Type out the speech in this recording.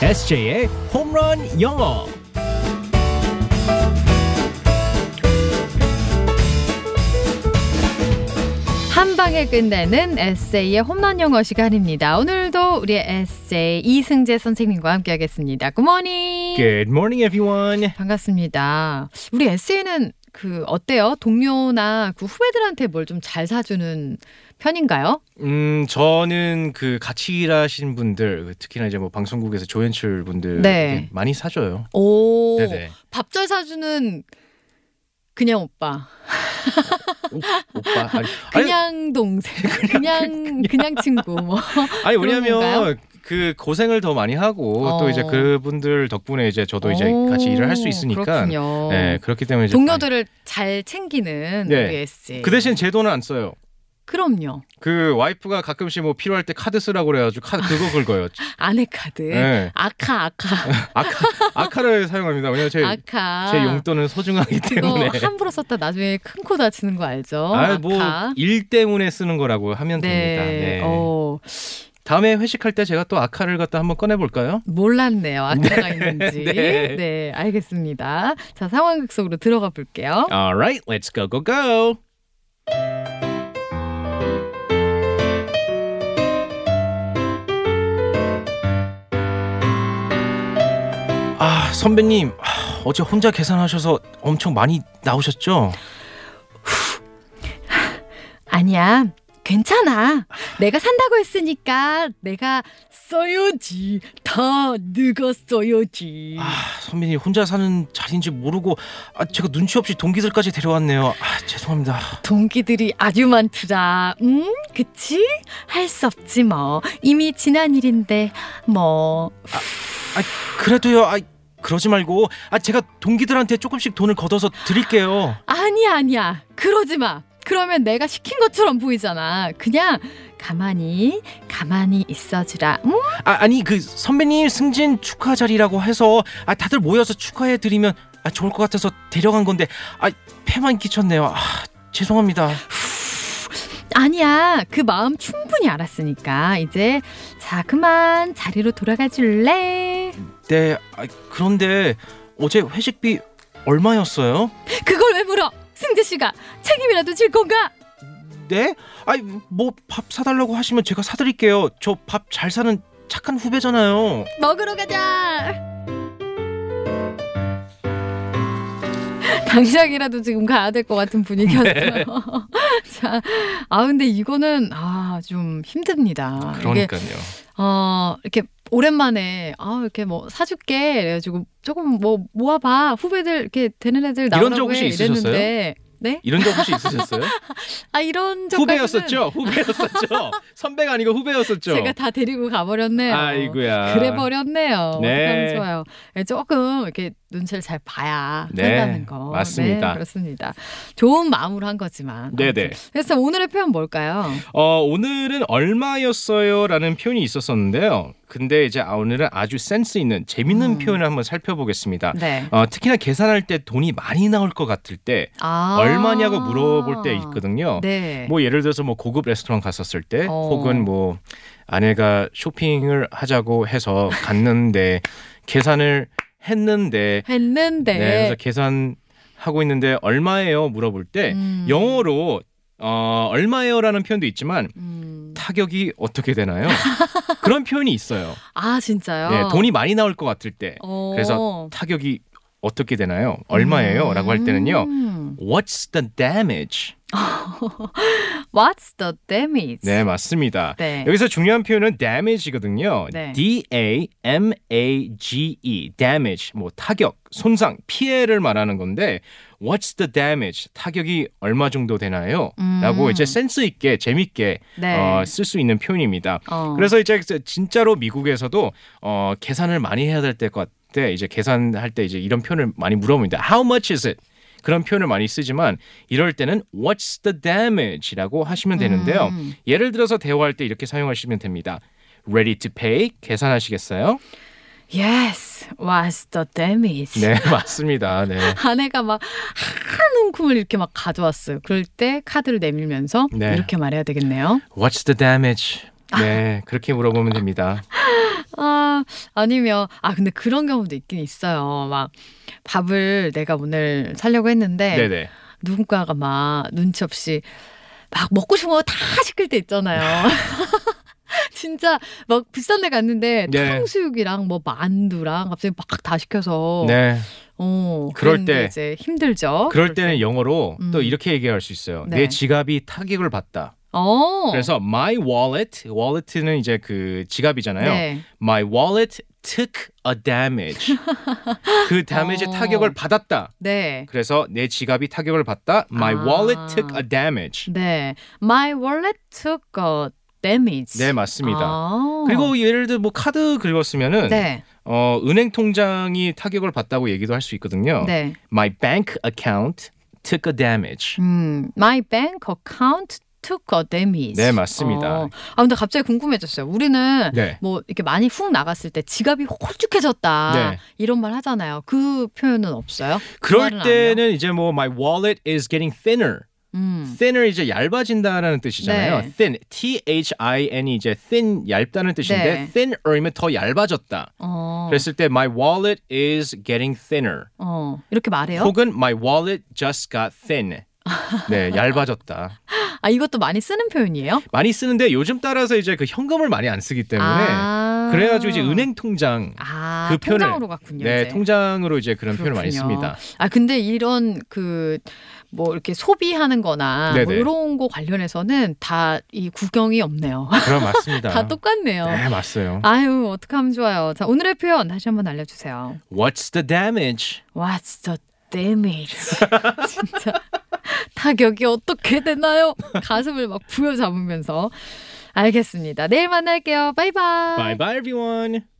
SJ의 홈런 영어. 한 방에 끝내는 에세이의 홈런 영어 시간입니다. 오늘도 우리의 에세이 이승재 선생님과 함께하겠습니다. 예. 굿모닝. Good morning, everyone. 반갑습니다. 우리 에세이는 그 어때요? 동료나 그 후배들한테 뭘 좀 잘 사주는 편인가요? 음, 저는 그 같이 일하신 분들, 특히나 이제 뭐 방송국에서 조연출 분들 네. 많이 사줘요. 오, 네네. 밥 잘 사주는 그냥 오빠, 오빠. 아니, 아니, 그냥 동생, 그냥 그냥 친구 뭐. 아니 그런 건가요? 왜냐면 그 고생을 더 많이 하고 어. 또 이제 그분들 덕분에 이제 저도 이제 오, 같이 일을 할 수 있으니까. 그렇군요. 네, 그렇기 때문에 이제 동료들을 잘 챙기는 네. 우리 에세이. 많이- 그 대신 제 돈은 안 써요. 그럼요. 그 와이프가 가끔씩 뭐 필요할 때 카드 쓰라고 그래가지고 카드 그거 긁어요. 아내 카드. 네. 아카 아카 아카 아카를 사용합니다. 왜냐면 제, 아카. 제 용돈은 소중하기 그거 때문에. 함부로 썼다 나중에 큰 코 다치는 거 알죠? 아, 뭐, 아카. 일 때문에 쓰는 거라고 하면 됩니다. 네. 네. 어, 다음에 회식할 때 제가 또 아카를 갖다 한번 꺼내볼까요? 몰랐네요. 아카가 있는지. 네. 네, 알겠습니다. 자, 상황극 속으로 들어가 볼게요. Alright, let's go, go, go! 아, 선배님. 아, 어제 혼자 계산하셔서 엄청 많이 나오셨죠? 아니야. 괜찮아. 내가 산다고 했으니까 내가 써야지. 다 네가 써야지. 아, 선배님 혼자 사는 자리인지 모르고 아, 제가 눈치 없이 동기들까지 데려왔네요. 아, 죄송합니다. 동기들이 아주 많더라. 음, 그치? 할 수 없지 뭐. 이미 지난 일인데 뭐. 그래도요. 아, 그러지 말고 아, 제가 동기들한테 조금씩 돈을 걷어서 드릴게요. 아니야, 아니야. 그러지 마. 그러면 내가 시킨 것처럼 보이잖아. 그냥 가만히, 가만히 있어주라. 음? 응? 아, 아니 그 선배님 승진 축하 자리라고 해서 아, 다들 모여서 축하해 드리면 아, 좋을 것 같아서 데려간 건데 아, 패만 끼쳤네요. 아, 죄송합니다. 아니야. 그 마음 충분히 알았으니까. 이제, 자, 그만 자리로 돌아가 줄래? 네. 아, 그런데 어제 회식비 얼마였어요? 그걸 왜 물어? 승재씨가 책임이라도 질 건가? 네? 아이 뭐 밥 사달라고 하시면 제가 사드릴게요. 저 밥 잘 사는 착한 후배잖아요. 먹으러 가자. 당장이라도 지금 가야 될 것 같은 네. 분위기였어요. 자, 아 근데 이거는 아 좀 힘듭니다. 그러니까. 이게 어 이렇게 오랜만에 아 이렇게 뭐 사줄게 그래가지고 조금 뭐 모아봐 후배들 이렇게 되는 애들 이런 적 나오라고 혹시 해 이랬는데 네? 이런 적 혹시 있으셨어요? 아 이런 적까지는 후배였었죠. 후배였었죠. 선배가 아니고 후배였었죠. 제가 다 데리고 가버렸네요. 아이고야. 그래 버렸네요. 네. 참 좋아요. 예, 조금 이렇게 눈치를 잘 봐야 네, 한다는 거. 맞습니다. 네, 그렇습니다. 좋은 마음으로 한 거지만. 네네. 아무튼. 그래서 오늘의 표현 뭘까요? 어, 오늘은 얼마였어요라는 표현이 있었었는데요. 근데 이제 아, 오늘은 아주 센스 있는 재밌는 음. 표현을 한번 살펴보겠습니다. 네. 어, 특히나 계산할 때 돈이 많이 나올 것 같을 때 아. 얼마냐고 물어볼 때 있거든요. 네. 뭐 예를 들어서 뭐 고급 레스토랑 갔었을 때 어. 혹은 뭐 아내가 쇼핑을 하자고 해서 갔는데 계산을 했는데 했는데. 네, 그래서 계산하고 있는데 얼마예요 물어볼 때 음. 영어로 어, 얼마예요라는 표현도 있지만 음. 타격이 어떻게 되나요? 그런 표현이 있어요. 아 진짜요? 네, 돈이 많이 나올 것 같을 때 어. 그래서 타격이 어떻게 되나요? 얼마예요?라고 할 때는요. 음. What's the damage? What's the damage? 네, 맞습니다. 네. 여기서 중요한 표현은 damage거든요. 네. D A M A G E damage 뭐 타격, 손상, 피해를 말하는 건데 what's the damage? 타격이 얼마 정도 되나요? 음. 라고 이제 센스 있게 재밌게 어, 네. 쓸 수 있는 표현입니다. 어. 그래서 이제 진짜로 미국에서도 어, 계산을 많이 해야 될 것 같아. 이제 계산할 때 이제 이런 표현을 많이 물어봅니다. How much is it? 그런 표현을 많이 쓰지만 이럴 때는 What's the damage라고 하시면 되는데요. 음. 예를 들어서 대화할 때 이렇게 사용하시면 됩니다. Ready to pay? 계산하시겠어요? Yes, what's the damage? 네, 맞습니다. 네. 아내가 막 한 움큼을 이렇게 막 가져왔어요. 그럴 때 카드를 내밀면서 네. 이렇게 말해야 되겠네요. What's the damage? 네, 그렇게 물어보면 됩니다. 아, 아니면 아 근데 그런 경우도 있긴 있어요. 막 밥을 내가 오늘 사려고 했는데 네네. 누군가가 막 눈치 없이 막 먹고 싶은 거 다 시킬 때 있잖아요. 진짜 막 비싼 데 갔는데 네. 탕수육이랑 뭐 만두랑 갑자기 막 다 시켜서 네. 어 그럴 그런 게 때. 이제 힘들죠. 그럴 때는 영어로 어, 음. 또 이렇게 얘기할 수 있어요. 네. 내 지갑이 타격을 받다. 어 그래서 my wallet, wallet는 이제 그 지갑이잖아요. 네. My wallet took a damage. 그 damage의 어. 타격을 받았다. 네. 그래서 내 지갑이 타격을 받다. My 아. wallet took a damage. 네. My wallet took a damage. 네, 맞습니다. 아. 그리고 예를 들어 뭐 카드 긁었으면은 네. 어, 은행 통장이 타격을 받다고 얘기도 할 수 있거든요. 네. My bank account took a damage. 음, my bank account took a damage. 네, 맞습니다. 어. 아 근데 갑자기 궁금해졌어요. 우리는 네. 뭐 이렇게 많이 훅 나갔을 때 지갑이 홀쭉해졌다 네. 이런 말 하잖아요. 그 표현은 없어요? 그럴 말은 안 해요? 때는 이제 뭐 my wallet is getting thinner. 음. thinner 이제 얇아진다라는 뜻이잖아요. 네. thin, t h i n E 이 이제 thin 얇다는 뜻인데 네. thinner이면 더 얇아졌다. 어. 그랬을 때 my wallet is getting thinner. 어. 이렇게 말해요? 혹은 my wallet just got thin. 네, 얇아졌다. 아 이것도 많이 쓰는 표현이에요? 많이 쓰는데 요즘 따라서 이제 그 현금을 많이 안 쓰기 때문에 아. 그래가지고 이제 은행 통장 아, 그 표현을- 통장으로 갔군요. 네 이제. 통장으로 이제 그런 표현을 많이 그렇군요. 씁니다. 아 근데 이런 그 뭐 이렇게 소비하는거나 뭐 네네. 이런 거 관련해서는 다 이 구경이 없네요. 그럼 맞습니다. 다 똑같네요. 네 맞어요. 아유 어떡하면 좋아요. 자 오늘의 표현 다시 한번 알려주세요. What's the damage? 와 진짜 damage 진짜 타격이 어떻게 되나요? 가슴을 막 부여잡으면서 알겠습니다. 내일 만날게요. 바이바이. 아. Bye bye everyone.